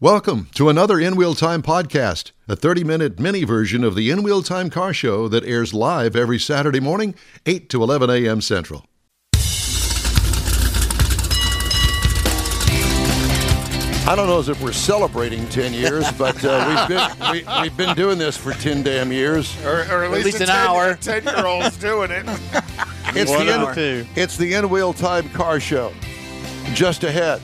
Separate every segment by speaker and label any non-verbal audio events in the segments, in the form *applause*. Speaker 1: Welcome to another In Wheel Time podcast, a 30 minute mini version of the In Wheel Time car show that airs live every Saturday morning, 8 to 11 a.m. Central. I don't know as if we're celebrating 10 years, but uh, we've, been, we, we've been doing this for 10 damn years.
Speaker 2: Or, or at least,
Speaker 3: least
Speaker 2: a
Speaker 3: an hour.
Speaker 2: 10 year old's doing it.
Speaker 1: It's
Speaker 3: One
Speaker 1: the,
Speaker 3: hour.
Speaker 1: in, it's the In Wheel Time Car Show. Just ahead,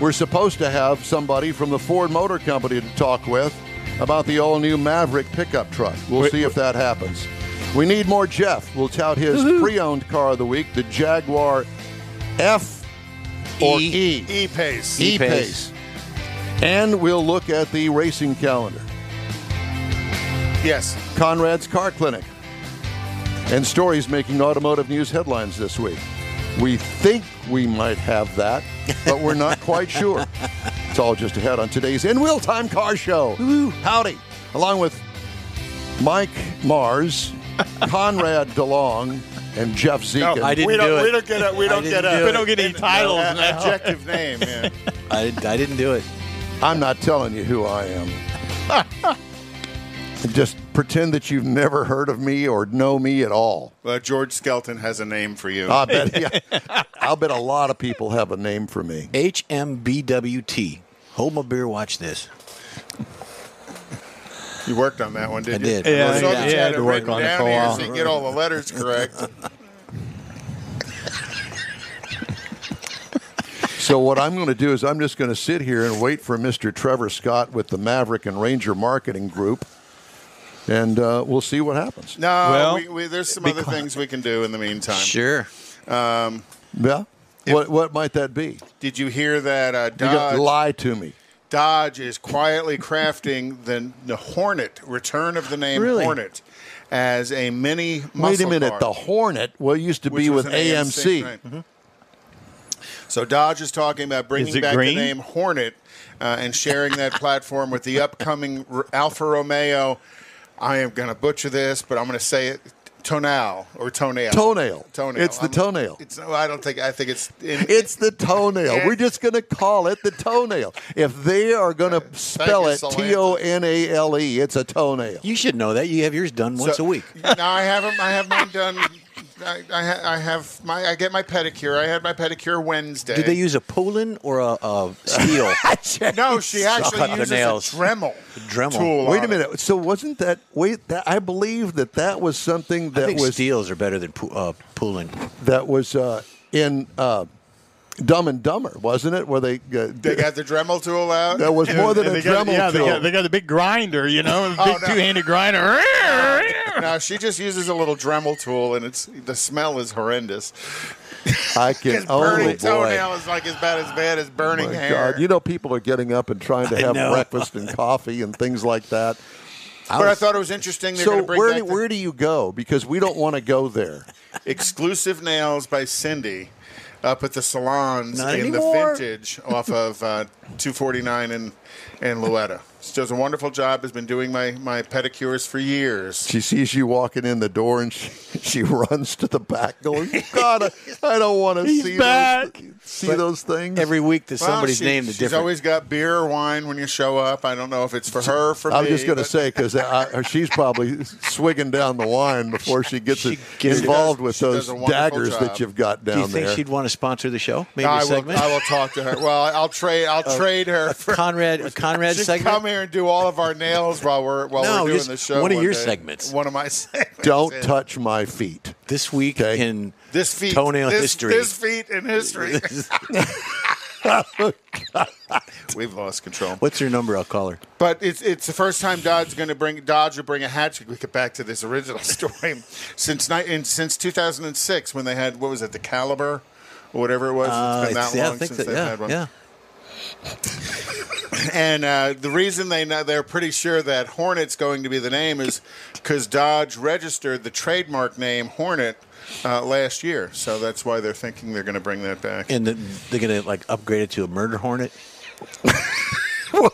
Speaker 1: we're supposed to have somebody from the Ford Motor Company to talk with about the all new Maverick pickup truck. We'll see if that happens. We need more Jeff. We'll tout his pre owned car of the week, the Jaguar F or E.
Speaker 2: *laughs* E pace.
Speaker 1: E
Speaker 3: E-Pace.
Speaker 1: Pace. And we'll look at the racing calendar.
Speaker 2: Yes.
Speaker 1: Conrad's Car Clinic, and stories making automotive news headlines this week. We think we might have that, but we're not quite sure. It's all just ahead on today's In Wheel Time Car Show. Howdy, along with Mike Mars, Conrad DeLong, and Jeff Zekin.
Speaker 3: I didn't
Speaker 2: we don't,
Speaker 3: do it.
Speaker 2: We don't get a. We
Speaker 3: I
Speaker 2: don't
Speaker 3: didn't
Speaker 2: get a.
Speaker 3: do We don't
Speaker 2: *laughs*
Speaker 3: get any
Speaker 2: an-
Speaker 3: titles
Speaker 2: an
Speaker 3: now.
Speaker 2: Adjective name.
Speaker 3: *laughs*
Speaker 2: Yeah.
Speaker 3: I, I didn't do it.
Speaker 1: I'm not telling you who I am. *laughs* just pretend that you've never heard of me or know me at all.
Speaker 2: Well, George Skelton has a name for you.
Speaker 1: I bet.
Speaker 3: *laughs*
Speaker 1: Yeah, I'll bet a lot of people have a name for me.
Speaker 3: HMBWT. Hold my beer, watch this.
Speaker 2: you worked on that one, didn't
Speaker 3: I
Speaker 2: you?
Speaker 3: did. Yeah,
Speaker 2: Well, so
Speaker 3: I-
Speaker 2: that you
Speaker 3: yeah, I
Speaker 2: had
Speaker 3: had
Speaker 2: it
Speaker 3: to work
Speaker 2: written
Speaker 3: on it
Speaker 2: down
Speaker 3: for a
Speaker 2: here
Speaker 3: while.
Speaker 2: So you can get all the letters
Speaker 3: *laughs*
Speaker 2: correct.
Speaker 1: So what I'm going to do is I'm just going to sit here and wait for Mr. Trevor Scott with the Maverick and Ranger Marketing Group, and uh, we'll see what happens.
Speaker 2: No,
Speaker 4: Well,
Speaker 2: we, we, there's some other things we can do in the meantime.
Speaker 3: Sure.
Speaker 1: Yeah. What what might that be?
Speaker 2: Did you hear that uh,
Speaker 1: You got
Speaker 2: Dodge,
Speaker 1: lie to me.
Speaker 2: Dodge is quietly crafting the, the Hornet, return of the name
Speaker 3: Really?
Speaker 2: Hornet, as a mini
Speaker 1: Wait a
Speaker 2: muscle
Speaker 1: minute.
Speaker 2: car.
Speaker 1: The Hornet well it used to
Speaker 2: which
Speaker 1: be
Speaker 2: was
Speaker 1: with
Speaker 2: an
Speaker 1: AMC.
Speaker 2: right. Mm-hmm. So Dodge is talking about bringing
Speaker 4: it
Speaker 2: back
Speaker 4: green?
Speaker 2: the name Hornet uh, and sharing that platform with the upcoming R- Alfa Romeo. I am going to butcher this, but I'm going to say it. Tonal or toenail?
Speaker 1: Toenail.
Speaker 2: Toenail.
Speaker 1: It's the
Speaker 2: I'm-
Speaker 1: toenail.
Speaker 2: It's, well, I don't think. I think it's. in-
Speaker 1: It's the toenail.
Speaker 2: Yeah.
Speaker 1: We're just going to call it the toenail. If they are going to spell
Speaker 2: you,
Speaker 1: it
Speaker 2: Solange.
Speaker 1: T O N A L E, it's a toenail.
Speaker 3: You should know that. You have yours done once
Speaker 2: *laughs*
Speaker 3: a week.
Speaker 2: no, I haven't. I have mine done. I, I, ha- I have my. I get my pedicure. I had my pedicure Wednesday.
Speaker 3: Do they use a Poland or a, a
Speaker 2: *laughs*
Speaker 3: steel?
Speaker 2: No, she actually
Speaker 3: Suck the
Speaker 2: uses a
Speaker 3: nails.
Speaker 2: Dremel.
Speaker 3: Dremel.
Speaker 2: Tool
Speaker 1: Wait a
Speaker 2: on it.
Speaker 1: minute. So wasn't that? Wait, that, I believe that that was something
Speaker 3: I
Speaker 1: that
Speaker 3: think
Speaker 1: was
Speaker 3: steels are better than po- uh, Poland.
Speaker 1: that was uh, in uh, Dumb and Dumber, wasn't it? Where they uh,
Speaker 2: They got the Dremel tool out.
Speaker 1: that was more than
Speaker 4: And
Speaker 1: a
Speaker 4: they got,
Speaker 1: Dremel
Speaker 4: yeah, they
Speaker 1: tool.
Speaker 4: got, they got the big grinder, you know, *laughs* the
Speaker 2: Oh,
Speaker 4: big
Speaker 2: no.
Speaker 4: two-handed *laughs* grinder.
Speaker 2: No, she just uses a little Dremel tool, and it's the smell is horrendous.
Speaker 1: I
Speaker 2: His
Speaker 1: can
Speaker 2: burning
Speaker 1: only.
Speaker 3: boy.
Speaker 2: toenail is like as bad as bad as burning
Speaker 1: Oh, my
Speaker 2: hair.
Speaker 1: God, you know, people are getting up and trying to
Speaker 3: I
Speaker 1: have
Speaker 3: know.
Speaker 1: breakfast and coffee and things like
Speaker 4: *laughs*
Speaker 1: that.
Speaker 3: I
Speaker 2: but I
Speaker 3: was-
Speaker 2: thought it was interesting. They're
Speaker 1: so
Speaker 2: going to bring
Speaker 1: where
Speaker 2: back
Speaker 1: do,
Speaker 2: the
Speaker 1: where do you go? Because we don't want to go there.
Speaker 2: exclusive nails by Cindy up at the salons
Speaker 3: Not
Speaker 2: in
Speaker 3: anymore.
Speaker 2: the vintage off of uh, 249 and and Luetta. She does a wonderful job. Has been doing my my pedicures for years.
Speaker 1: She sees you walking in the door and she, *laughs* she runs to the back, going, "God, I, I don't want to
Speaker 4: *laughs* He's
Speaker 1: see
Speaker 4: back.
Speaker 1: those see those things."
Speaker 3: Every week, there's
Speaker 2: Well,
Speaker 3: somebody's
Speaker 2: she-
Speaker 3: name that's
Speaker 2: She's
Speaker 3: different.
Speaker 2: always got beer or wine when you show up. I don't know if it's for her, for
Speaker 1: I was
Speaker 2: me.
Speaker 1: just going to
Speaker 2: but-
Speaker 1: say because she's probably swigging down the wine before she gets
Speaker 3: She
Speaker 1: it
Speaker 3: gets it.
Speaker 1: involved with
Speaker 2: She does
Speaker 1: those
Speaker 2: a wonderful
Speaker 1: daggers
Speaker 2: job.
Speaker 1: that you've got
Speaker 3: Do you
Speaker 1: down
Speaker 3: think
Speaker 1: there.
Speaker 3: she'd want to sponsor the show? Maybe a
Speaker 2: I will,
Speaker 3: segment?
Speaker 2: I will talk to her. Well, I'll trade.
Speaker 3: *laughs*
Speaker 2: I'll trade her for
Speaker 3: Conrad, a Conrad
Speaker 2: Just
Speaker 3: segment?
Speaker 2: come here and do all of our nails while we're while
Speaker 3: No,
Speaker 2: we're doing
Speaker 3: just
Speaker 2: the show.
Speaker 3: one of your
Speaker 2: day.
Speaker 3: segments.
Speaker 2: One of my *laughs* segments.
Speaker 1: Don't
Speaker 2: Yeah.
Speaker 1: touch my
Speaker 3: *laughs*
Speaker 1: feet.
Speaker 3: This week
Speaker 1: Okay.
Speaker 3: in
Speaker 2: this feat.
Speaker 3: toenail
Speaker 2: this,
Speaker 3: history.
Speaker 2: This feat in
Speaker 3: *laughs*
Speaker 2: history. We've lost control.
Speaker 3: What's your number? I'll call her.
Speaker 2: But it's it's the first time Dodge going to bring Dodge will bring a hatchet. We get back to this original *laughs* story since ni- in, since 2006 when they had what was it the Caliber or whatever it was.
Speaker 3: Uh,
Speaker 2: it's been that
Speaker 3: yeah, I
Speaker 2: long
Speaker 3: think
Speaker 2: since
Speaker 3: that-
Speaker 2: they've
Speaker 3: yeah,
Speaker 2: had one.
Speaker 3: yeah.
Speaker 2: And uh, the reason they know they're pretty sure that Hornet's going to be the name is because Dodge registered the trademark name Hornet uh, last year, so that's why they're thinking they're going to bring that back.
Speaker 3: And the, they're gonna like upgrade it to a murder hornet.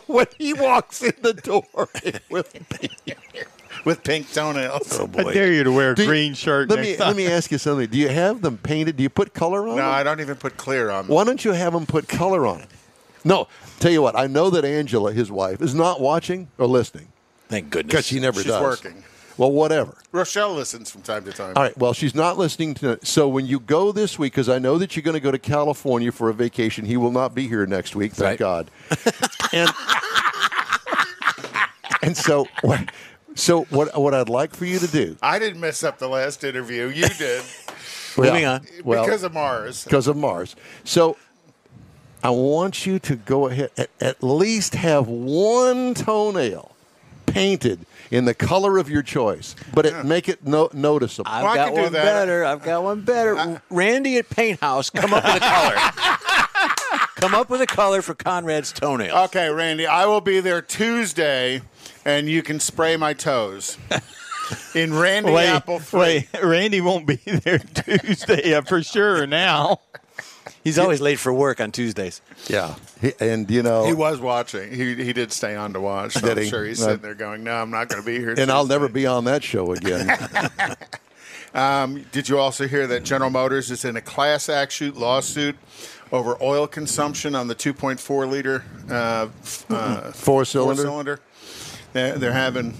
Speaker 1: when he walks in the
Speaker 3: *laughs*
Speaker 1: door with
Speaker 2: with pink toenails.
Speaker 3: Oh
Speaker 4: I dare
Speaker 3: boy!
Speaker 4: you to wear a
Speaker 1: Do you-
Speaker 4: green
Speaker 1: *laughs*
Speaker 4: shirt
Speaker 1: Let
Speaker 4: next
Speaker 1: me
Speaker 4: time.
Speaker 1: let me ask you something. Do you have them painted? Do you put color on?
Speaker 2: *laughs* No,
Speaker 1: them?
Speaker 2: I don't even put clear on. Them.
Speaker 1: Why don't you have them put color on it? No, tell you what, I know that Angela, his wife, is not watching or listening
Speaker 3: Thank goodness.
Speaker 1: because she never
Speaker 2: She's
Speaker 1: does.
Speaker 2: working.
Speaker 1: Well, whatever.
Speaker 2: Rochelle listens from time to time.
Speaker 1: All right. Well, she's not listening to. So when you go this week, because I know that you're going to go to California for a vacation, he will not be here next week. Thank
Speaker 3: Right.
Speaker 1: God.
Speaker 2: *laughs*
Speaker 1: and and so *laughs* what- so what what I'd like for you to do?
Speaker 2: I didn't mess up the last interview. You did
Speaker 3: Moving on.
Speaker 1: Well,
Speaker 2: because of Mars.
Speaker 1: because of Mars. So I want you to go ahead at, at least have one toenail painted in the color of your choice, but it make it no, noticeable.
Speaker 3: I've
Speaker 2: Well, Oh, I
Speaker 3: got
Speaker 2: can do
Speaker 3: one
Speaker 2: that.
Speaker 3: better. I've got one better. Randy at Paint House, come up with a color.
Speaker 2: *laughs*
Speaker 3: come up with a color for Conrad's toenails.
Speaker 2: Okay, Randy, I will be there Tuesday, and you can spray my toes in Randy
Speaker 4: Wait,
Speaker 2: Apple. Three.
Speaker 4: wait, *laughs* Randy won't be there Tuesday uh, for sure. Now
Speaker 3: He's always late for work on Tuesdays.
Speaker 1: yeah, He- and you know,
Speaker 2: He was watching. He he did stay on to watch. So
Speaker 1: Did
Speaker 2: I'm
Speaker 1: he?
Speaker 2: sure he's
Speaker 1: Uh,
Speaker 2: sitting there going, "No, I'm not going to be here."
Speaker 1: and I'll
Speaker 2: Tuesday."
Speaker 1: never be on that show
Speaker 2: *laughs*
Speaker 1: again.
Speaker 2: Um, did you also hear that General Motors is in a class action lawsuit over oil consumption on the 2.4 liter uh, f- uh,
Speaker 1: Four cylinder?
Speaker 2: cylinder? They're, they're having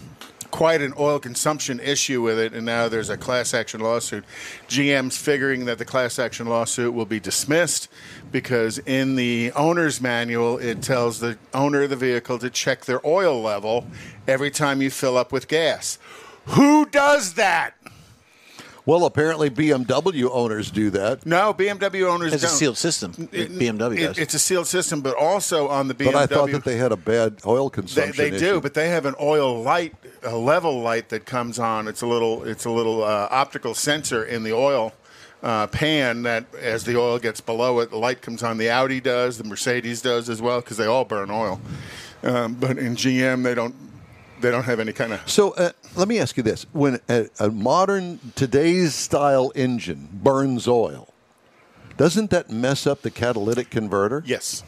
Speaker 2: quite an oil consumption issue with it, and now there's a class action lawsuit. GM's figuring that the class action lawsuit will be dismissed because in the owner's manual it tells the owner of the vehicle to check their oil level every time you fill up with gas. Who does that?
Speaker 1: well, apparently BMW owners do that,
Speaker 2: No, BMW owners
Speaker 3: It's a
Speaker 2: don't.
Speaker 3: sealed system.
Speaker 2: It-
Speaker 3: BMW
Speaker 2: it-
Speaker 3: does.
Speaker 2: It's a sealed system, but also on the BMW.
Speaker 1: but I thought that they had a bad oil
Speaker 2: they,
Speaker 1: consumption.
Speaker 2: they
Speaker 1: issue.
Speaker 2: do, but they have an oil light, a level light that comes on. It's a little, it's a little uh, optical sensor in the oil uh, pan that, as the oil gets below it, the light comes on. The Audi does, the Mercedes does as well, because they all burn oil. Um, but in GM, they don't, they don't have any kind of.
Speaker 1: So uh, let me ask you this: When a, a modern today's style engine burns oil, doesn't that mess up the catalytic converter?
Speaker 2: Yes.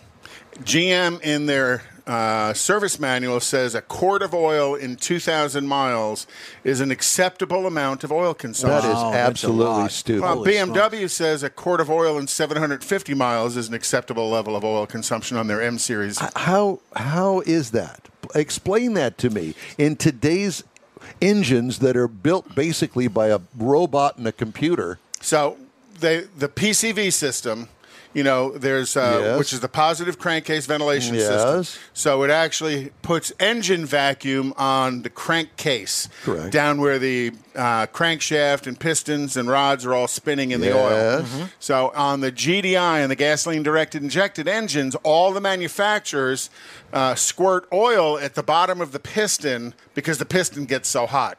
Speaker 2: GM in their uh, service manual says a quart of oil in 2,000 miles is an acceptable amount of oil
Speaker 1: That
Speaker 2: consumption.
Speaker 1: is
Speaker 3: Wow, Oh, that's a
Speaker 1: absolutely
Speaker 3: lot.
Speaker 1: stupid.
Speaker 2: well,
Speaker 3: Holy
Speaker 2: BMW says a quart of oil in 750 miles is an acceptable level of oil consumption on their M series.
Speaker 1: How how is that? Explain that to me. In today's engines that are built basically by a robot and a computer,
Speaker 2: So they, the PCV system, you know, there's uh,
Speaker 1: Yes.
Speaker 2: which is the positive crankcase ventilation
Speaker 1: Yes.
Speaker 2: system. So it actually puts engine vacuum on the crankcase,
Speaker 1: Correct.
Speaker 2: down where the uh, crankshaft and pistons and rods are all spinning in the
Speaker 1: Yes.
Speaker 2: oil. Mm-hmm. So on the GDI and the gasoline directed injected engines, all the manufacturers uh, squirt oil at the bottom of the piston because the piston gets so hot.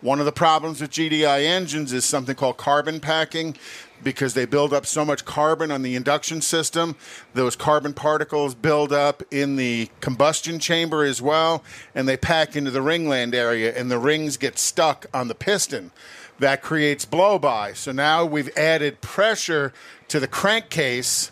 Speaker 2: One of the problems with GDI engines is something called carbon packing because they build up so much carbon on the induction system. Those carbon particles build up in the combustion chamber as well, and they pack into the ringland area, and the rings get stuck on the piston. That creates blow by. So now we've added pressure to the crankcase.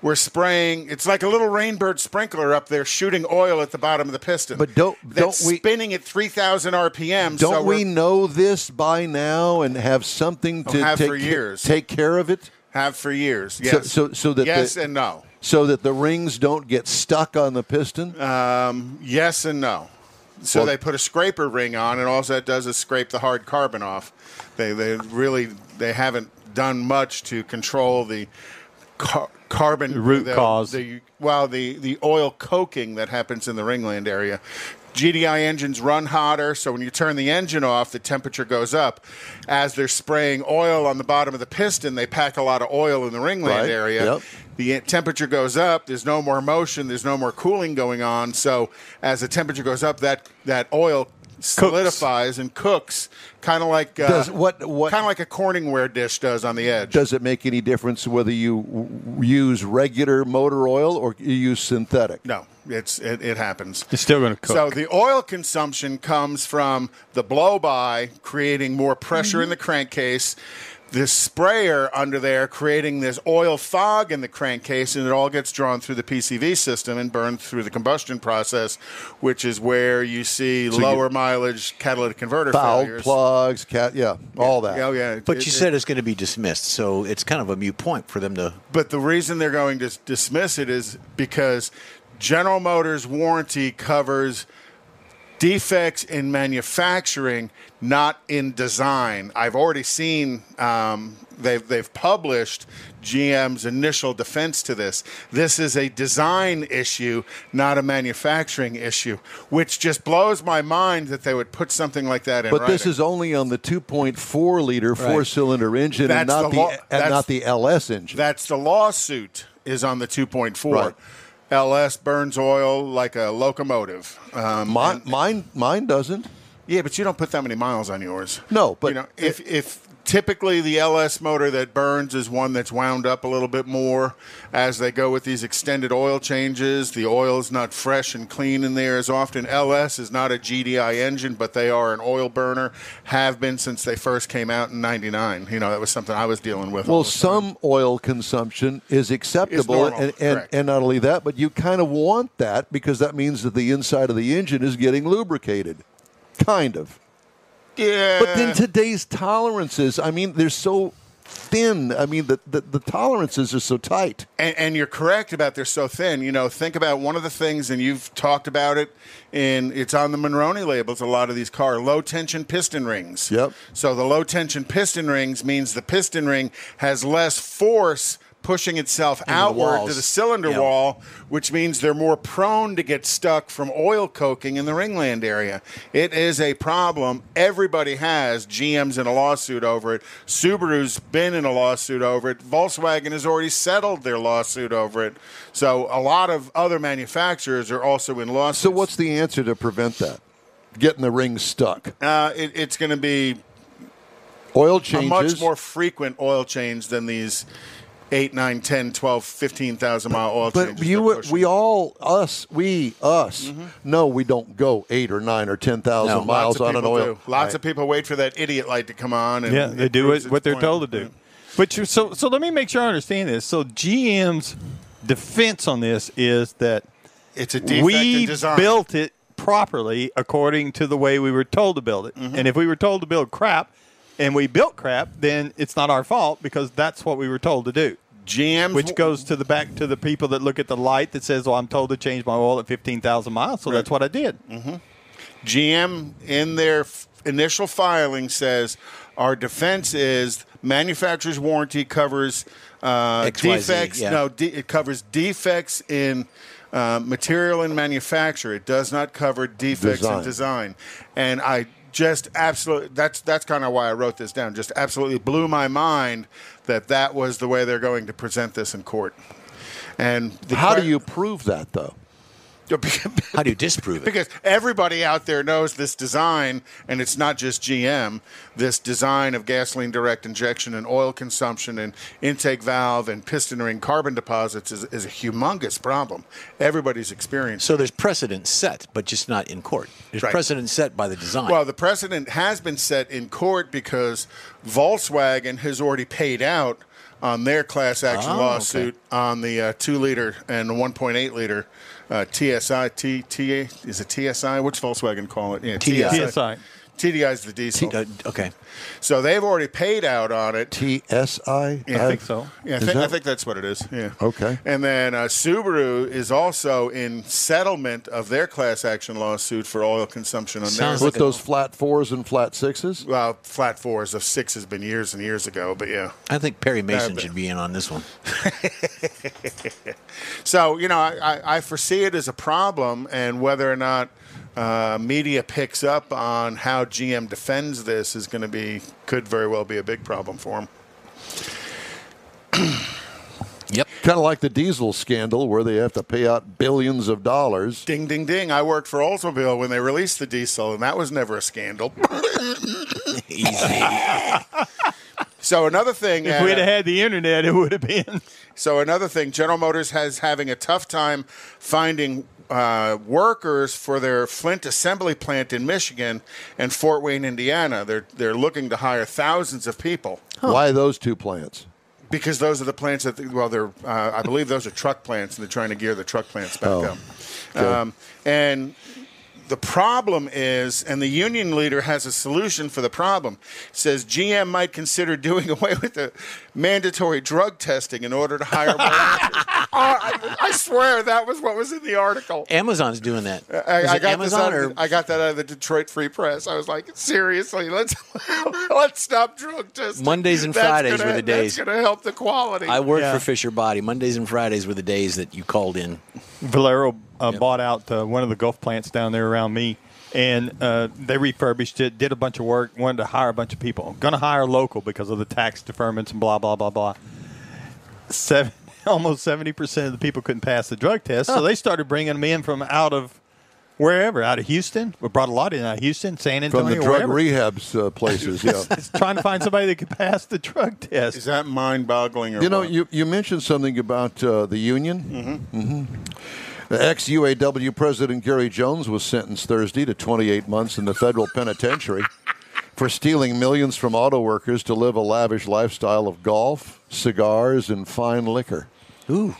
Speaker 2: We're spraying, it's like a little rainbird sprinkler up there shooting oil at the bottom of the piston.
Speaker 1: But don't-
Speaker 2: That's
Speaker 1: don't we-
Speaker 2: spinning at 3,000 RPM.
Speaker 1: don't
Speaker 2: so we're-
Speaker 1: we
Speaker 2: Oh,
Speaker 1: know this by now and have something to
Speaker 2: have
Speaker 1: take,
Speaker 2: for
Speaker 1: ca-
Speaker 2: years.
Speaker 1: take care of it?
Speaker 2: Have for years. Yes.
Speaker 1: so- so that
Speaker 2: yes
Speaker 1: the-
Speaker 2: and no.
Speaker 1: So that the rings don't get stuck on the piston?
Speaker 2: Uh. Yes and no. So
Speaker 1: Well-
Speaker 2: they put a scraper ring on, and all that does is scrape the hard carbon off. They they really they haven't done much to control the car- carbon
Speaker 4: root
Speaker 2: the-
Speaker 4: cause.
Speaker 2: The, well, the the oil coking that happens in the Ringland area. GDI engines run hotter, so when you turn the engine off, the temperature goes up. As they're spraying oil on the bottom of the piston, they pack a lot of oil in the Ringland
Speaker 1: Right,
Speaker 2: area.
Speaker 1: yep.
Speaker 2: The temperature goes up. There's no more motion. There's no more cooling going on. So as the temperature goes up, that that oil solidifies and cooks, kind of like uh,
Speaker 1: Does- what- what-
Speaker 2: kind of like a Corningware dish does on the edge.
Speaker 1: Does it make any difference whether you w- use regular motor oil or you use synthetic?
Speaker 2: no, it's it, it happens.
Speaker 4: it's still going to cook.
Speaker 2: So the oil consumption comes from the blow by creating more pressure in the crankcase. this sprayer under there creating this oil fog in the crankcase, and it all gets drawn through the PCV system and burned through the combustion process, which is where you see lower mileage catalytic converter
Speaker 1: Foul
Speaker 2: failures.
Speaker 1: plugs, cat, yeah, all that.
Speaker 2: Yeah, yeah.
Speaker 3: But
Speaker 2: It-
Speaker 3: you
Speaker 2: it-
Speaker 3: said it's going to be dismissed, so it's kind of a mute point for them to.
Speaker 2: But the reason they're going to s- dismiss it is because General Motors warranty covers defects in manufacturing, not in design. I've already seen um, they've they've published GM's initial defense to this. This is a design issue, not a manufacturing issue, which just blows my mind that they would put something like that in.
Speaker 1: But this
Speaker 2: writing.
Speaker 1: is only on the 2.4 liter four cylinder engine and
Speaker 2: That's
Speaker 1: not
Speaker 2: the
Speaker 1: the,
Speaker 2: law-
Speaker 1: and
Speaker 2: that's-
Speaker 1: not the LS engine.
Speaker 2: That's the lawsuit is on the 2.4.
Speaker 1: Right.
Speaker 2: LS burns oil like a locomotive. Um,
Speaker 1: mine, mine, mine doesn't.
Speaker 2: yeah, but you don't put that many miles on yours.
Speaker 1: No, but
Speaker 2: you know, if if typically the LS motor that burns is one that's wound up a little bit more as they go with these extended oil changes, the oil's not fresh and clean in there as often. LS is not a GDI engine, but they are an oil burner, have been since they first came out in 99. You know, that was something I was dealing with. all
Speaker 1: Well,
Speaker 2: the time.
Speaker 1: some oil consumption is acceptable,
Speaker 2: normal,
Speaker 1: and, and,
Speaker 2: correct.
Speaker 1: and not only that, but you kind of want that because that means that the inside of the engine is getting lubricated, kind of.
Speaker 2: yeah.
Speaker 1: But then today's tolerances, I mean, they're so thin. I mean, the, the, the tolerances are so tight.
Speaker 2: And, and you're correct about they're so thin. You know, think about one of the things, and you've talked about it, and it's on the Monroney labels. A lot of these car low tension piston rings.
Speaker 1: Yep.
Speaker 2: So the low tension piston rings means the piston ring has less force pushing itself outward to
Speaker 3: walls.
Speaker 2: the cylinder
Speaker 3: Yeah.
Speaker 2: wall, which means they're more prone to get stuck from oil coking in the ringland area. It is a problem everybody has. GM's in a lawsuit over it. Subaru's been in a lawsuit over it. Volkswagen has already settled their lawsuit over it. So a lot of other manufacturers are also in lawsuits.
Speaker 1: So, what's the answer to prevent that? Getting the ring stuck.
Speaker 2: uh, it, it's going to be
Speaker 1: Oil
Speaker 2: a
Speaker 1: changes.
Speaker 2: much more frequent oil change than these 8, 9, 10, 12, 15,000 mile oil
Speaker 1: But
Speaker 2: changes.
Speaker 1: you,
Speaker 2: they're
Speaker 1: were-
Speaker 2: pushing.
Speaker 1: we all, us, we, us. No, we don't go eight or nine or ten thousand
Speaker 3: No, lots
Speaker 1: miles
Speaker 2: Lots of
Speaker 1: on an
Speaker 2: people
Speaker 1: oil.
Speaker 2: do. Lots of people wait for that idiot light to come on. And
Speaker 4: Yeah,
Speaker 2: it
Speaker 4: they do
Speaker 2: proves
Speaker 4: what,
Speaker 2: its
Speaker 4: what they're
Speaker 2: point.
Speaker 4: told to do. But you so so let me make sure I understand this. So GM's defense on this is that
Speaker 2: It's a defect
Speaker 4: we
Speaker 2: in design.
Speaker 4: built it properly according to the way we were told to build it.
Speaker 2: Mm-hmm.
Speaker 4: And if we were told to build crap and we built crap, then it's not our fault because that's what we were told to do.
Speaker 2: GMs,
Speaker 4: Which goes to the back to the people that look at the light that says, "Well, I'm told to change my oil at 15,000 miles," so that's what I did.
Speaker 2: Mm-hmm. GM in their f- initial filing says our defense is manufacturer's warranty covers uh,
Speaker 3: XYZ,
Speaker 2: defects.
Speaker 3: yeah.
Speaker 2: No, de- it covers defects in uh, material and manufacture. It does not cover defects
Speaker 1: Design.
Speaker 2: in design. And I just absolutely that's that's kind of why I wrote this down. Just absolutely blew my mind that that was the way they're going to present this in court. And the
Speaker 1: How do
Speaker 2: que-
Speaker 1: you prove that, though?
Speaker 2: *laughs*
Speaker 3: How do you disprove it?
Speaker 2: because everybody out there knows this design, and it's not just GM. This design of gasoline direct injection and oil consumption and intake valve and piston ring carbon deposits is, is a humongous problem. Everybody's experienced.
Speaker 3: So there's precedent set, but just not in court. There's
Speaker 2: Right.
Speaker 3: precedent set by the design.
Speaker 2: Well, the precedent has been set in court because Volkswagen has already paid out on their class action
Speaker 3: Oh, okay.
Speaker 2: lawsuit on the uh, two liter and the 1.8 liter uh, TSI T, T, is it TSI? What's Volkswagen call it? Yeah,
Speaker 3: TDI.
Speaker 4: TSI.
Speaker 2: TDI is the diesel.
Speaker 3: Uh, okay.
Speaker 2: So they've already paid out on it.
Speaker 1: TSI?
Speaker 2: Yeah.
Speaker 4: I think so.
Speaker 2: Yeah, I,
Speaker 1: Is
Speaker 2: think, I
Speaker 1: that-
Speaker 2: think that's what it is. Yeah.
Speaker 1: Okay.
Speaker 2: And then uh, Subaru is also in settlement of their class action lawsuit for oil consumption on
Speaker 3: Sounds
Speaker 2: their
Speaker 1: With those flat fours and flat sixes?
Speaker 2: well, flat fours of six has been years and years ago, but yeah.
Speaker 3: I think Perry Mason
Speaker 2: but-
Speaker 3: should be in on this one.
Speaker 2: So you know, I, I, I foresee it as a problem, and whether or not uh, media picks up on how GM defends this is going to be could very well be a big problem for them.
Speaker 3: Yep.
Speaker 1: Kind of like the diesel scandal where they have to pay out billions of dollars.
Speaker 2: Ding, ding, ding. I worked for Oldsmobile when they released the diesel, and that was never a scandal.
Speaker 3: Easy.
Speaker 2: *laughs* So another thing,
Speaker 4: If
Speaker 2: at,
Speaker 4: we'd
Speaker 2: uh,
Speaker 4: have had the internet, it would have been.
Speaker 2: So another thing, General Motors has having a tough time finding uh, workers for their Flint assembly plant in Michigan and Fort Wayne, Indiana. They're they're looking to hire thousands of people
Speaker 1: Why those two plants?
Speaker 2: because those are the plants that well they're uh, I believe those are truck plants and they're trying to gear the truck plants back up. Um, and the problem is, and the union leader has a solution for the problem. Says GM might consider doing *laughs* away with the mandatory drug testing in order to hire *laughs* more. workers. Oh, I, I swear that was what was in the article.
Speaker 3: Amazon's doing that. Is
Speaker 2: I, I
Speaker 3: it
Speaker 2: got
Speaker 3: Amazon
Speaker 2: this out
Speaker 3: or
Speaker 2: of, the- I got that out of the Detroit Free Press. I was like, seriously, let's *laughs* let's stop drug testing.
Speaker 3: Mondays and
Speaker 2: That's
Speaker 3: Fridays
Speaker 2: gonna-
Speaker 3: were the days.
Speaker 2: That's going to help the quality.
Speaker 3: I worked
Speaker 4: Yeah.
Speaker 3: for Fisher Body. Mondays and Fridays were the days that you called in.
Speaker 4: Valero uh, bought out uh, one of the golf plants down there around me, and uh, they refurbished it, did a bunch of work, wanted to hire a bunch of people. Going to hire local because of the tax deferments and blah blah blah blah. Seven, *laughs* almost seventy percent of the people couldn't pass the drug test, so they started bringing them in from out of wherever, out of Houston. We brought a lot in out of Houston, San Antonio,
Speaker 1: From the drug
Speaker 4: wherever. *laughs*
Speaker 1: rehabs uh, places, yeah.
Speaker 4: trying to find somebody that could pass the drug
Speaker 2: *laughs*
Speaker 4: test.
Speaker 2: Is that mind boggling or
Speaker 1: You know,
Speaker 2: what?
Speaker 1: you, you mentioned something about uh, the union. Mm-hmm. Ex UAW President Gary Jones was sentenced Thursday to 28 months in the federal penitentiary for stealing millions from auto workers to live a lavish lifestyle of golf, cigars, and fine liquor.
Speaker 3: Ooh.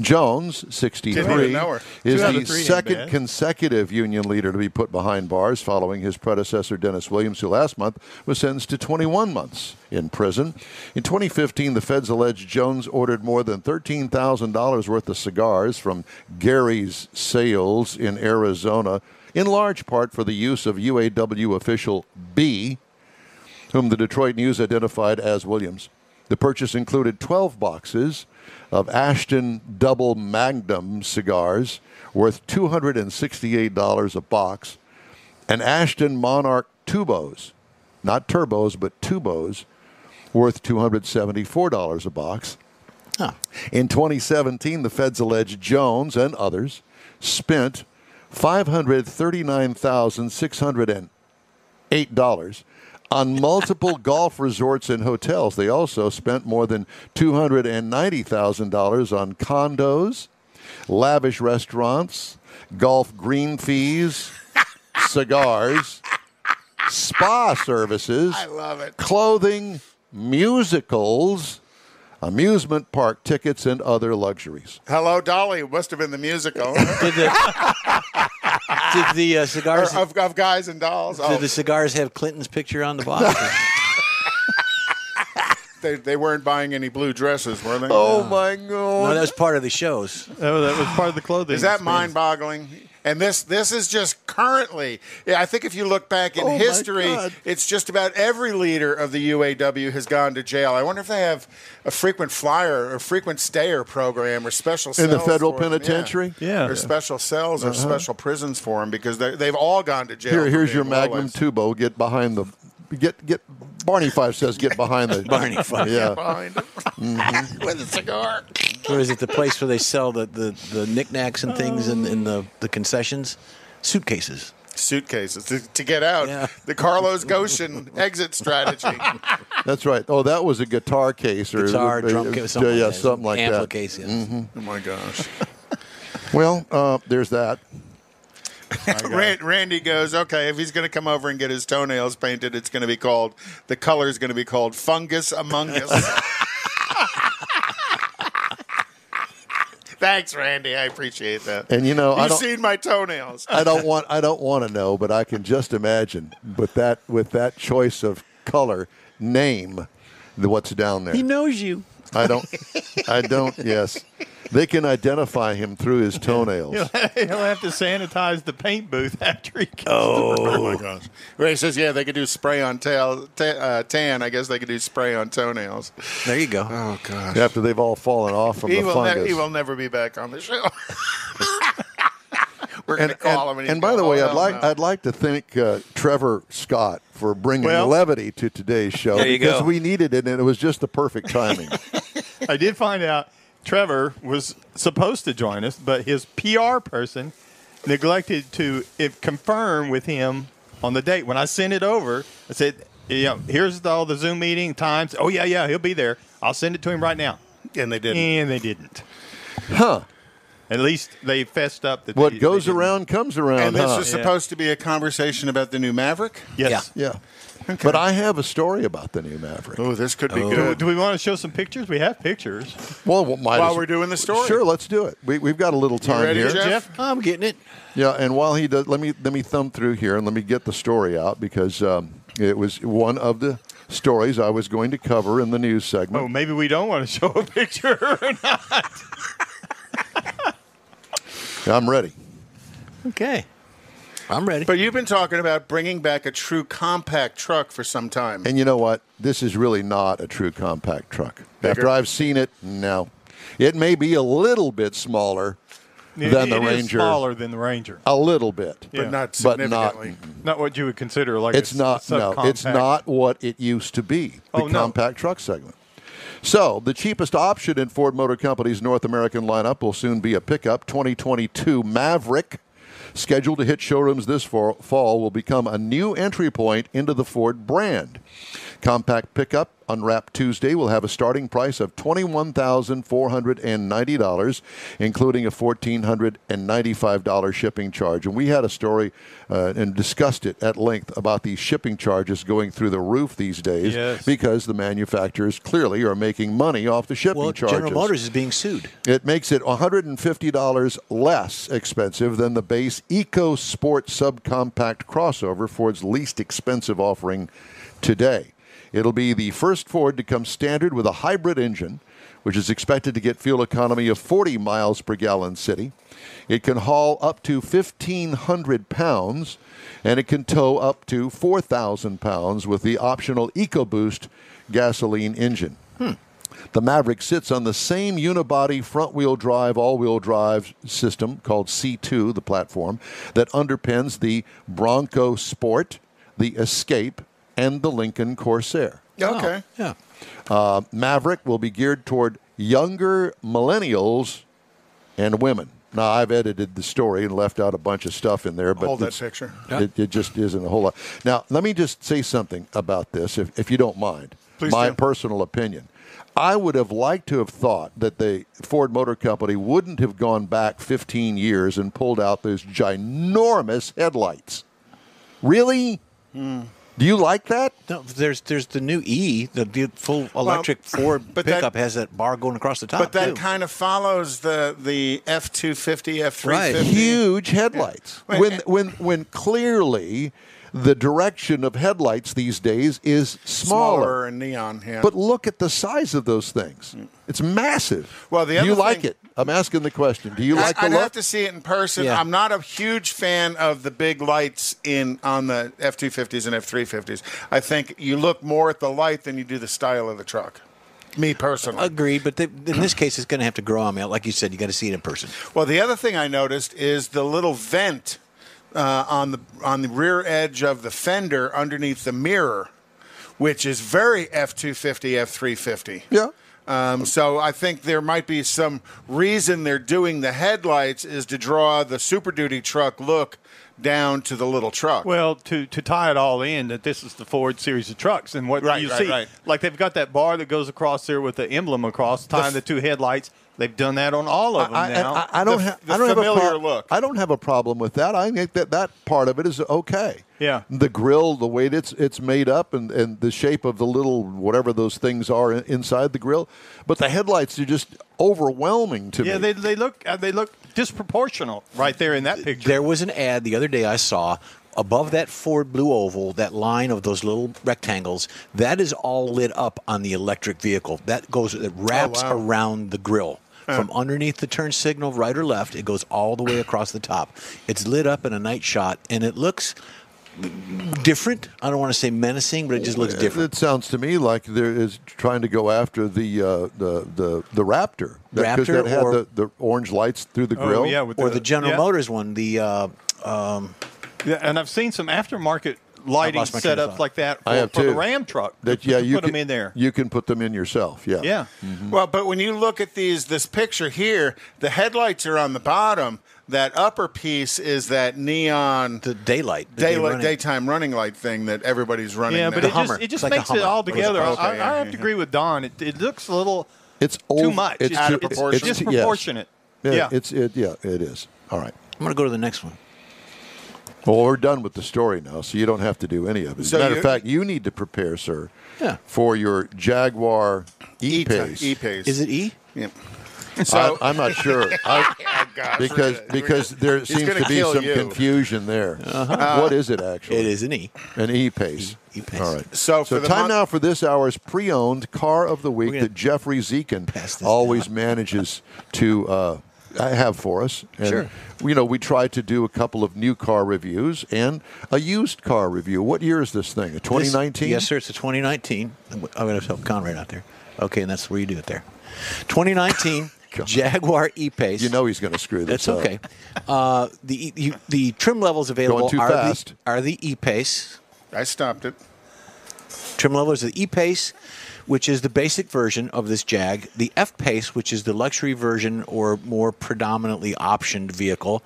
Speaker 1: Jones,
Speaker 2: Didn't
Speaker 1: 63,
Speaker 2: even know her.
Speaker 1: is
Speaker 4: Two out
Speaker 1: the
Speaker 4: of three ain't
Speaker 1: second
Speaker 4: bad.
Speaker 1: consecutive union leader to be put behind bars following his predecessor, Dennis Williams, who last month was sentenced to 21 months in prison. In 2015, the feds alleged Jones ordered more than $13,000 worth of cigars from Gary's Sales in Arizona, in large part for the use of UAW official B, whom the Detroit News identified as Williams. The purchase included 12 boxes of Ashton Double Magnum cigars worth $268 a box and Ashton Monarch Tubos, not turbos, but tubos, worth $274 a box.
Speaker 3: Huh.
Speaker 1: In 2017, the feds alleged Jones and others spent $539,608 on
Speaker 2: *laughs*
Speaker 1: multiple golf resorts and hotels. They also spent more than $290,000 on condos, lavish restaurants, golf green fees,
Speaker 2: *laughs*
Speaker 1: cigars, spa services
Speaker 2: I love it.
Speaker 1: clothing, musicals, amusement park tickets, and other luxuries.
Speaker 2: Hello, Dolly must have been the
Speaker 3: *laughs*
Speaker 2: musical
Speaker 3: Did the, did the uh,
Speaker 2: Or
Speaker 3: cigars
Speaker 2: Ah. of, of guys and dolls. Oh,
Speaker 3: did the cigars have Clinton's picture on the
Speaker 2: *laughs*
Speaker 3: box?
Speaker 2: they, they weren't buying any blue dresses, were they?
Speaker 1: Oh
Speaker 3: Oh,
Speaker 1: my God.
Speaker 3: no, that was part of the shows.
Speaker 4: Oh, that was part of the clothing.
Speaker 2: is that
Speaker 4: expense.
Speaker 2: mind-boggling? And this this is just currently. Yeah, I think if you look back in
Speaker 1: Oh, my
Speaker 2: history,
Speaker 1: God.
Speaker 2: it's just about every leader of the UAW has gone to jail. I wonder if they have a frequent flyer or frequent stayer program or special
Speaker 1: In the
Speaker 2: cells
Speaker 1: federal
Speaker 2: for them.
Speaker 1: penitentiary? Uh-huh.
Speaker 4: Yeah.
Speaker 2: or special cells or special prisons for them because they, they've all gone to jail.
Speaker 1: Here,
Speaker 2: for
Speaker 1: here's
Speaker 2: being
Speaker 1: your Magnum
Speaker 2: lowlifes.
Speaker 1: Tubo. Get behind the. Get, get. Barney Five says get behind the.
Speaker 3: *laughs* Barney Fife.
Speaker 1: Yeah.
Speaker 2: behind
Speaker 1: *laughs*
Speaker 2: him
Speaker 1: Mm-hmm.
Speaker 2: with a cigar.
Speaker 3: Or is it the place where they sell the, the, the knickknacks and things in, in the, the concessions? Suitcases.
Speaker 2: Suitcases to, to get out.
Speaker 3: Yeah.
Speaker 2: The Carlos Goshen exit strategy. *laughs*
Speaker 1: That's right. Oh, that was a guitar case or.
Speaker 3: Guitar,
Speaker 1: uh,
Speaker 3: drum
Speaker 1: uh,
Speaker 3: case, something
Speaker 1: yeah,
Speaker 3: like that.
Speaker 1: something like
Speaker 3: Ampli
Speaker 1: that. Mm-hmm.
Speaker 3: case, yes.
Speaker 2: oh my gosh.
Speaker 1: Well, uh, there's that.
Speaker 2: Ran- Randy goes, okay, if he's going to come over and get his toenails painted, it's going to be called, the color is going to be called Fungus Among Us. *laughs* Thanks, Randy. I appreciate that.
Speaker 1: And you know, I
Speaker 2: You've
Speaker 1: don't.
Speaker 2: seen my toenails.
Speaker 1: I don't want I don't want to know, but I can just imagine. But that with that choice of color, name, the, what's down there.
Speaker 3: knows you.
Speaker 1: I don't. I don't. Yes, they can identify him through his toenails.
Speaker 4: *laughs* He'll have to sanitize the paint booth *laughs* after he comes.
Speaker 2: Oh my gosh. Ray says, yeah, they could do spray on tail, ta- uh, tan. I guess they could do spray on toenails.
Speaker 3: There you go.
Speaker 2: Oh, gosh.
Speaker 1: After they've all fallen off from
Speaker 2: He
Speaker 1: the
Speaker 2: will, ne-
Speaker 1: fungus.
Speaker 2: he will never be back on the *laughs* show. We're going
Speaker 1: and,
Speaker 2: to call him.
Speaker 1: and,
Speaker 2: he's
Speaker 1: and by
Speaker 2: gonna-
Speaker 1: the way,
Speaker 2: oh,
Speaker 1: I'd
Speaker 2: hell
Speaker 1: like
Speaker 2: no.
Speaker 1: I'd like to thank uh, Trevor Scott for bringing
Speaker 2: Well-
Speaker 1: levity to today's show
Speaker 3: There you
Speaker 1: because
Speaker 3: go.
Speaker 1: we needed it and it was just the perfect
Speaker 3: *laughs*
Speaker 1: timing.
Speaker 4: *laughs* I did find out Trevor was supposed to join us, but his PR person neglected to if, confirm with him on the date. When I sent it over, I said, you know, here's the, all the Zoom meeting times. Oh yeah, yeah, he'll be there. I'll send it to him right now.
Speaker 2: And they didn't.
Speaker 4: And they didn't.
Speaker 1: Huh.
Speaker 4: At least they fessed up that
Speaker 1: What
Speaker 4: they- they
Speaker 1: goes
Speaker 4: didn't.
Speaker 1: around comes around.
Speaker 2: And this
Speaker 1: huh?
Speaker 2: is supposed to be a conversation about the new Maverick.
Speaker 4: Yes.
Speaker 1: yeah. But I have a story about the new Maverick.
Speaker 2: Oh, this could be
Speaker 4: Do,
Speaker 2: good.
Speaker 4: do we want to show some pictures? We have pictures.
Speaker 1: Well, we might
Speaker 2: While
Speaker 1: as-
Speaker 2: we're doing the story.
Speaker 1: sure, let's do it. We, we've got a little time
Speaker 2: ready,
Speaker 1: here.
Speaker 2: Jeff?
Speaker 3: I'm getting it.
Speaker 1: Yeah, and while he does, let me let me thumb through here and let me get the story out because um, it was one of the stories I was going to cover in the news
Speaker 4: Oh,
Speaker 1: segment.
Speaker 4: maybe we don't want to *laughs* show a picture.
Speaker 2: Oh.
Speaker 1: I'm ready.
Speaker 3: Okay. I'm ready.
Speaker 2: But you've been talking about bringing back a true compact truck for some time.
Speaker 1: And you know what? This is really not a true compact truck. After I've seen it, no. It may be a little bit smaller than the
Speaker 4: It is
Speaker 1: Ranger.
Speaker 4: smaller than the Ranger.
Speaker 1: A little bit.
Speaker 4: Yeah.
Speaker 2: But not
Speaker 1: But not-
Speaker 2: significantly.
Speaker 4: Mm-hmm. Not what you would consider like. a
Speaker 1: It's not no, it's
Speaker 4: subcompact.
Speaker 1: not what it used to be. The
Speaker 4: Oh, no.
Speaker 1: compact truck segment. So the cheapest option in Ford Motor Company's North American lineup will soon be a pickup 2022 Maverick. Scheduled to hit showrooms this fall, fall will become a new entry point into the Ford brand. Compact pickup unwrapped Tuesday will have a starting price of $21,490, including a $1,495 shipping charge. And we had a story uh, and discussed it at length about these shipping charges going through the roof these days
Speaker 4: Yes.
Speaker 1: because the manufacturers clearly are making money off the shipping
Speaker 3: well,
Speaker 1: charges.
Speaker 3: General Motors is being sued.
Speaker 1: It makes it $150 less expensive than the base Eco Sport subcompact crossover, Ford's least expensive offering today. It'll be the first Ford to come standard with a hybrid engine, which is expected to get fuel economy of 40 miles per gallon city. It can haul up to 1,500 pounds and it can tow up to 4,000 pounds with the optional EcoBoost gasoline engine. The Maverick sits on the same unibody front wheel drive, all wheel drive system called C2, the platform, that underpins the Bronco Sport, the Escape, and the Lincoln Corsair.
Speaker 2: Okay.
Speaker 3: Oh, Yeah.
Speaker 1: Uh, Maverick will be geared toward younger millennials and women. Now, I've edited the story and left out a bunch of stuff in there, but
Speaker 2: Hold that
Speaker 1: it's-
Speaker 2: picture.
Speaker 1: It, it just isn't a whole lot. Now, let me just say something about this, if, if you don't mind.
Speaker 2: Please
Speaker 1: my
Speaker 2: do.
Speaker 1: personal opinion. I would have liked to have thought that the Ford Motor Company wouldn't have gone back 15 years and pulled out those ginormous headlights. Really?
Speaker 2: Hmm.
Speaker 1: Do you like that?
Speaker 3: No, there's there's the new E, the, the full electric
Speaker 2: *clears throat*
Speaker 3: Ford
Speaker 2: but that-
Speaker 3: pickup has that bar going across the top.
Speaker 2: But that
Speaker 3: too.
Speaker 2: kind of follows the the F two fifty, F three
Speaker 3: Right.
Speaker 2: fifty.
Speaker 1: huge
Speaker 2: *laughs*
Speaker 1: headlights.
Speaker 2: Wait,
Speaker 1: When
Speaker 2: and-
Speaker 1: when when clearly the direction of headlights these days is smaller.
Speaker 2: Smaller and neon, yeah. Mm.
Speaker 1: But look at the size of those things. It's massive.
Speaker 2: Well, the
Speaker 1: do you
Speaker 2: other
Speaker 1: like
Speaker 2: thing-
Speaker 1: it? I'm asking the question. Do you like
Speaker 2: I,
Speaker 1: the
Speaker 2: I'd
Speaker 1: look?
Speaker 2: have to see it in person.
Speaker 3: Yeah.
Speaker 2: I'm not a huge fan of the big lights in on the F two fifties and F three fifties. I think you look more at the light than you do the style of the truck. Me personally.
Speaker 3: Agreed, but they, in this case, it's going to have to grow on me. Like you said, you got to see it in person.
Speaker 2: Well, the other thing I noticed is the little vent uh, on the on the rear edge of the fender underneath the mirror, which is very F two fifty, F three fifty.
Speaker 1: yeah.
Speaker 2: Um, so I think there might be some reason they're doing the headlights is to draw the Super Duty truck look down to the little truck.
Speaker 4: Well, to, to tie it all in, that this is the Ford series of trucks, and what
Speaker 2: Right,
Speaker 4: you
Speaker 2: right,
Speaker 4: see,
Speaker 2: right.
Speaker 4: like they've got that bar that goes across there with the emblem across, tying the, two headlights. They've done that on all of them
Speaker 1: I, and
Speaker 4: now.
Speaker 1: I, I don't,
Speaker 2: The-
Speaker 1: ha-
Speaker 2: the
Speaker 1: I don't have a
Speaker 2: familiar
Speaker 1: pro-
Speaker 2: look.
Speaker 1: I don't have a problem with that. I think that that part of it is okay.
Speaker 4: Yeah.
Speaker 1: The grill, the way that it's it's made up, and, and the shape of the little whatever those things are in- inside the grill, but the headlights are just overwhelming to
Speaker 4: yeah,
Speaker 1: me.
Speaker 4: they, they look uh, they look disproportional right there in that picture.
Speaker 3: There was an ad the other day I saw above that Ford Blue Oval, that line of those little rectangles, that is all lit up on the electric vehicle. That goes, it wraps
Speaker 2: wow.
Speaker 3: around the grill. From underneath the turn signal, right or left, it goes all the way across the top. It's lit up in a night shot, and it looks different. I don't want to say menacing, but it just
Speaker 1: Uh,
Speaker 3: looks different.
Speaker 1: It sounds to me like there is trying to go after the uh, the, the the Raptor. That, 'cause
Speaker 3: Raptor
Speaker 1: that had
Speaker 3: or-
Speaker 1: the, the orange lights through the
Speaker 4: Oh,
Speaker 1: grill.
Speaker 4: yeah, with
Speaker 3: Or the General
Speaker 4: yeah.
Speaker 3: Motors one, the uh,
Speaker 4: Yeah, and I've seen some aftermarket lighting
Speaker 3: lost my train of
Speaker 4: setups
Speaker 3: thought.
Speaker 4: like that for,
Speaker 1: I have
Speaker 4: for the
Speaker 1: too.
Speaker 4: Ram truck.
Speaker 1: That yeah,
Speaker 4: to
Speaker 1: you
Speaker 4: put
Speaker 1: can,
Speaker 4: them in there.
Speaker 1: You can put them in yourself. Yeah.
Speaker 4: yeah.
Speaker 2: Well, but when you look at these, this picture here, the headlights are on the bottom. That upper piece is that neon
Speaker 3: The daylight. The day
Speaker 2: daylight,
Speaker 3: running.
Speaker 2: daytime running light thing that everybody's running.
Speaker 4: Yeah,
Speaker 2: now.
Speaker 4: but it
Speaker 3: Hummer.
Speaker 4: just, it
Speaker 3: It's
Speaker 4: just
Speaker 3: like a
Speaker 4: makes it
Speaker 3: Hummer.
Speaker 4: all
Speaker 3: What is it?
Speaker 4: together. I,
Speaker 2: Okay,
Speaker 4: I,
Speaker 2: yeah,
Speaker 4: I have
Speaker 2: yeah.
Speaker 4: to agree with Don. It, it looks a little
Speaker 1: It's old,
Speaker 4: too much.
Speaker 1: It's,
Speaker 4: out
Speaker 1: too-
Speaker 4: of
Speaker 1: it's-
Speaker 4: proportion.
Speaker 1: it's- yes.
Speaker 4: disproportionate.
Speaker 1: Yeah,
Speaker 4: yeah.
Speaker 1: It's it. Yeah, it is. All right.
Speaker 3: I'm going to go to the next one.
Speaker 1: Well, we're done with the story now, so you don't have to do any of it. As a
Speaker 2: So
Speaker 1: matter of
Speaker 2: you-
Speaker 1: fact, you need to prepare, sir,
Speaker 3: Yeah.
Speaker 1: for your Jaguar E-Pace.
Speaker 2: E-Pace.
Speaker 3: Is it E?
Speaker 2: Yeah.
Speaker 1: I, I'm not sure
Speaker 3: *laughs*
Speaker 1: I,
Speaker 2: Oh, gosh, we're
Speaker 1: because
Speaker 2: gonna- we're
Speaker 1: because there seems
Speaker 2: gonna
Speaker 1: to be
Speaker 2: kill
Speaker 1: some
Speaker 2: you. Uh-huh.
Speaker 1: confusion there. What is it actually?
Speaker 3: It is an E.
Speaker 1: An e-pace.
Speaker 3: E-Pace.
Speaker 1: All right.
Speaker 2: So for the
Speaker 1: time
Speaker 2: month-
Speaker 1: now for this hour's pre-owned car of the week
Speaker 3: We're gonna
Speaker 1: that Jeffrey Zekin
Speaker 3: pass this
Speaker 1: always manages to uh, have for us. And,
Speaker 3: Sure.
Speaker 1: You know, we try to do a couple of new car reviews and a used car review. What year is this thing? A 2019?
Speaker 3: This- Yes, sir. It's a 2019. I'm going to help Conrad out there. Okay, and that's where you do it there. 2019
Speaker 1: *laughs*
Speaker 3: Jaguar E-Pace.
Speaker 1: You know he's going to screw this
Speaker 3: That's
Speaker 1: up.
Speaker 3: okay. Uh, the E- you, the trim levels available
Speaker 1: too
Speaker 3: are
Speaker 1: fast.
Speaker 3: the are the E-Pace.
Speaker 2: I stopped it.
Speaker 3: Trim level is the E Pace, which is the basic version of this Jag, the F Pace, which is the luxury version or more predominantly optioned vehicle,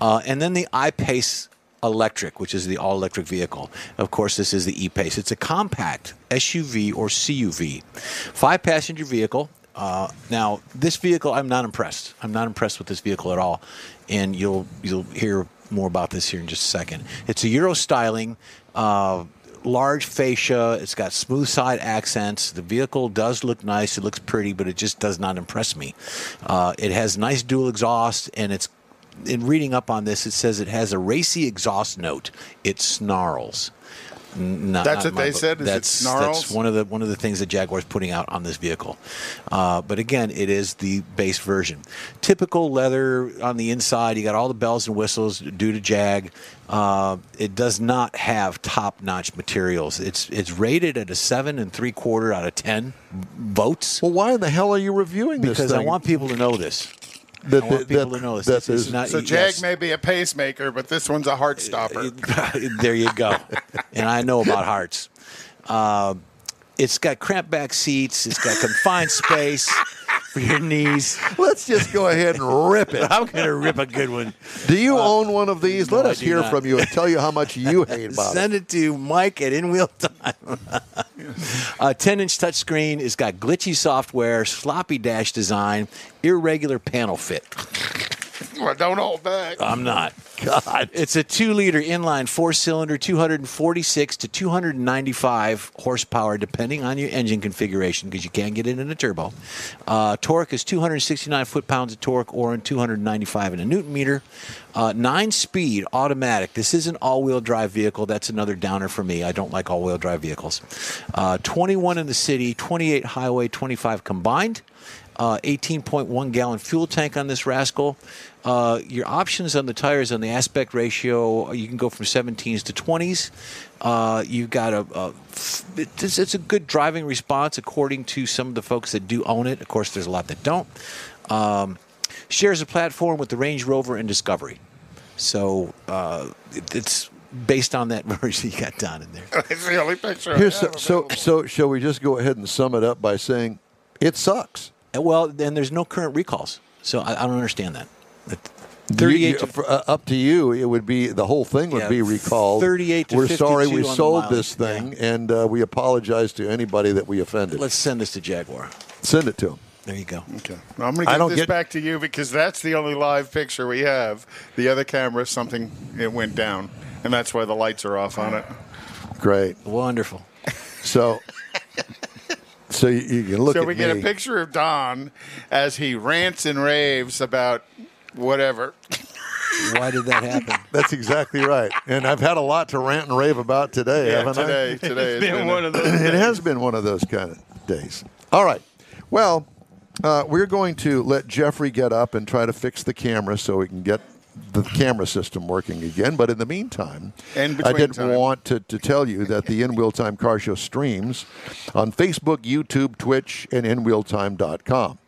Speaker 3: uh, and then the I Pace Electric, which is the all electric vehicle. Of course, this is the E Pace. It's a compact SUV or CUV, five passenger vehicle. Uh, now, this vehicle, I'm not impressed. I'm not impressed with this vehicle at all, and you'll you'll hear more about this here in just a second. It's a Euro styling. Uh, large fascia. It's got smooth side accents. The vehicle does look nice. It looks pretty, but it just does not impress me. Uh, it has nice dual exhaust, and it's in reading up on this, it says it has a racy exhaust note. It snarls. N- not-
Speaker 2: That's what
Speaker 3: not my
Speaker 2: they
Speaker 3: book.
Speaker 2: said, is it
Speaker 3: That's,
Speaker 2: snarls?
Speaker 3: That's one of the one of the things that Jaguar's putting out on this vehicle. Uh, but again, it is the base version. Typical leather on the inside. You got all the bells and whistles due to Jag. Uh, it does not have top-notch materials. It's it's rated at a seven and three quarter out of ten votes
Speaker 1: Well, why in the hell are you reviewing this
Speaker 3: because I
Speaker 1: thing?
Speaker 3: want people to know this. *laughs*
Speaker 1: that,
Speaker 3: I want
Speaker 1: that-
Speaker 3: people
Speaker 1: that-
Speaker 3: to know this.
Speaker 1: that
Speaker 3: This is
Speaker 1: is-
Speaker 3: not
Speaker 2: So
Speaker 3: yes.
Speaker 2: Jag may be a pacemaker, but this one's a heart stopper.
Speaker 3: there you go. and I know about hearts. Uh, it's got cramped back seats. It's got confined space for your knees.
Speaker 1: Let's just go ahead and rip it.
Speaker 3: I'm gonna rip a good *laughs* one.
Speaker 1: Do you own one of these?
Speaker 3: no,
Speaker 1: Let
Speaker 3: I
Speaker 1: us
Speaker 3: do
Speaker 1: hear
Speaker 3: not.
Speaker 1: from you and tell you how much
Speaker 3: *laughs*
Speaker 1: you hate about it.
Speaker 3: Send it to Mike at In Wheel Time. *laughs* A 10 inch touchscreen. It's got glitchy software, sloppy dash design, irregular panel fit.
Speaker 2: *laughs* Well, don't hold back.
Speaker 3: I'm not. God. It's a two liter inline four cylinder, 246 to 295 horsepower, depending on your engine configuration, because you can get it in a turbo. Uh, torque is 269 foot pounds of torque, or in 295 in a newton meter. Uh, nine speed automatic. This is an all wheel drive vehicle. That's another downer for me. I don't like all wheel drive vehicles. Uh, 21 in the city, 28 highway, 25 combined uh, 18.1 gallon fuel tank on this rascal. Uh, your options on the tires on the aspect ratio, you can go from 17s to 20s. Uh, you've got a, a it's, it's a good driving response according to some of the folks that do own it. Of course, there's a lot that don't. Um, shares a platform with the Range Rover and Discovery. So uh, it, it's based on that *laughs* version you got down in
Speaker 2: *laughs*
Speaker 3: there.
Speaker 2: *laughs* It's the only picture. I
Speaker 1: Here's so,
Speaker 2: have
Speaker 1: so
Speaker 2: available.
Speaker 1: so shall we just go ahead and sum it up by saying it sucks.
Speaker 3: And well, then there's no current recalls. So I, I don't understand that.
Speaker 1: You- you-
Speaker 3: 38 to
Speaker 1: for, uh, up to you. It would be the whole thing would
Speaker 3: Yeah,
Speaker 1: be recalled.
Speaker 3: 38 to
Speaker 1: We're sorry
Speaker 3: 52
Speaker 1: we
Speaker 3: on the
Speaker 1: sold
Speaker 3: mileage.
Speaker 1: this thing, and uh, we apologize to anybody that we offended.
Speaker 3: Let's send this to Jaguar.
Speaker 1: send it to them.
Speaker 3: There you go.
Speaker 2: Okay. I'm going to
Speaker 1: I
Speaker 2: give
Speaker 1: don't
Speaker 2: this
Speaker 1: get-
Speaker 2: back to you because that's the only live picture we have. The other camera, something it went down, and that's why the lights are off on it.
Speaker 1: Great.
Speaker 3: Wonderful. *laughs*
Speaker 1: So so you, you can look
Speaker 2: so
Speaker 1: at
Speaker 2: we get
Speaker 1: me.
Speaker 2: a picture of Don as he rants and raves about whatever.
Speaker 3: Why did that happen?
Speaker 1: That's exactly right. And I've had a lot to rant and rave about today,
Speaker 2: Yeah,
Speaker 1: haven't I?
Speaker 2: today, today has
Speaker 4: It's been one
Speaker 2: a-
Speaker 4: of those.
Speaker 1: it
Speaker 4: days.
Speaker 1: has been one of those kind of days. All right. Well, uh, we're going to let Jeffrey get up and try to fix the camera so we can get the camera system working again. But in the meantime,
Speaker 2: And
Speaker 1: I
Speaker 2: between
Speaker 1: did
Speaker 2: time.
Speaker 1: want to, to tell you that the In Wheel Time Car Show streams on Facebook, YouTube, Twitch, and InWheelTime.com.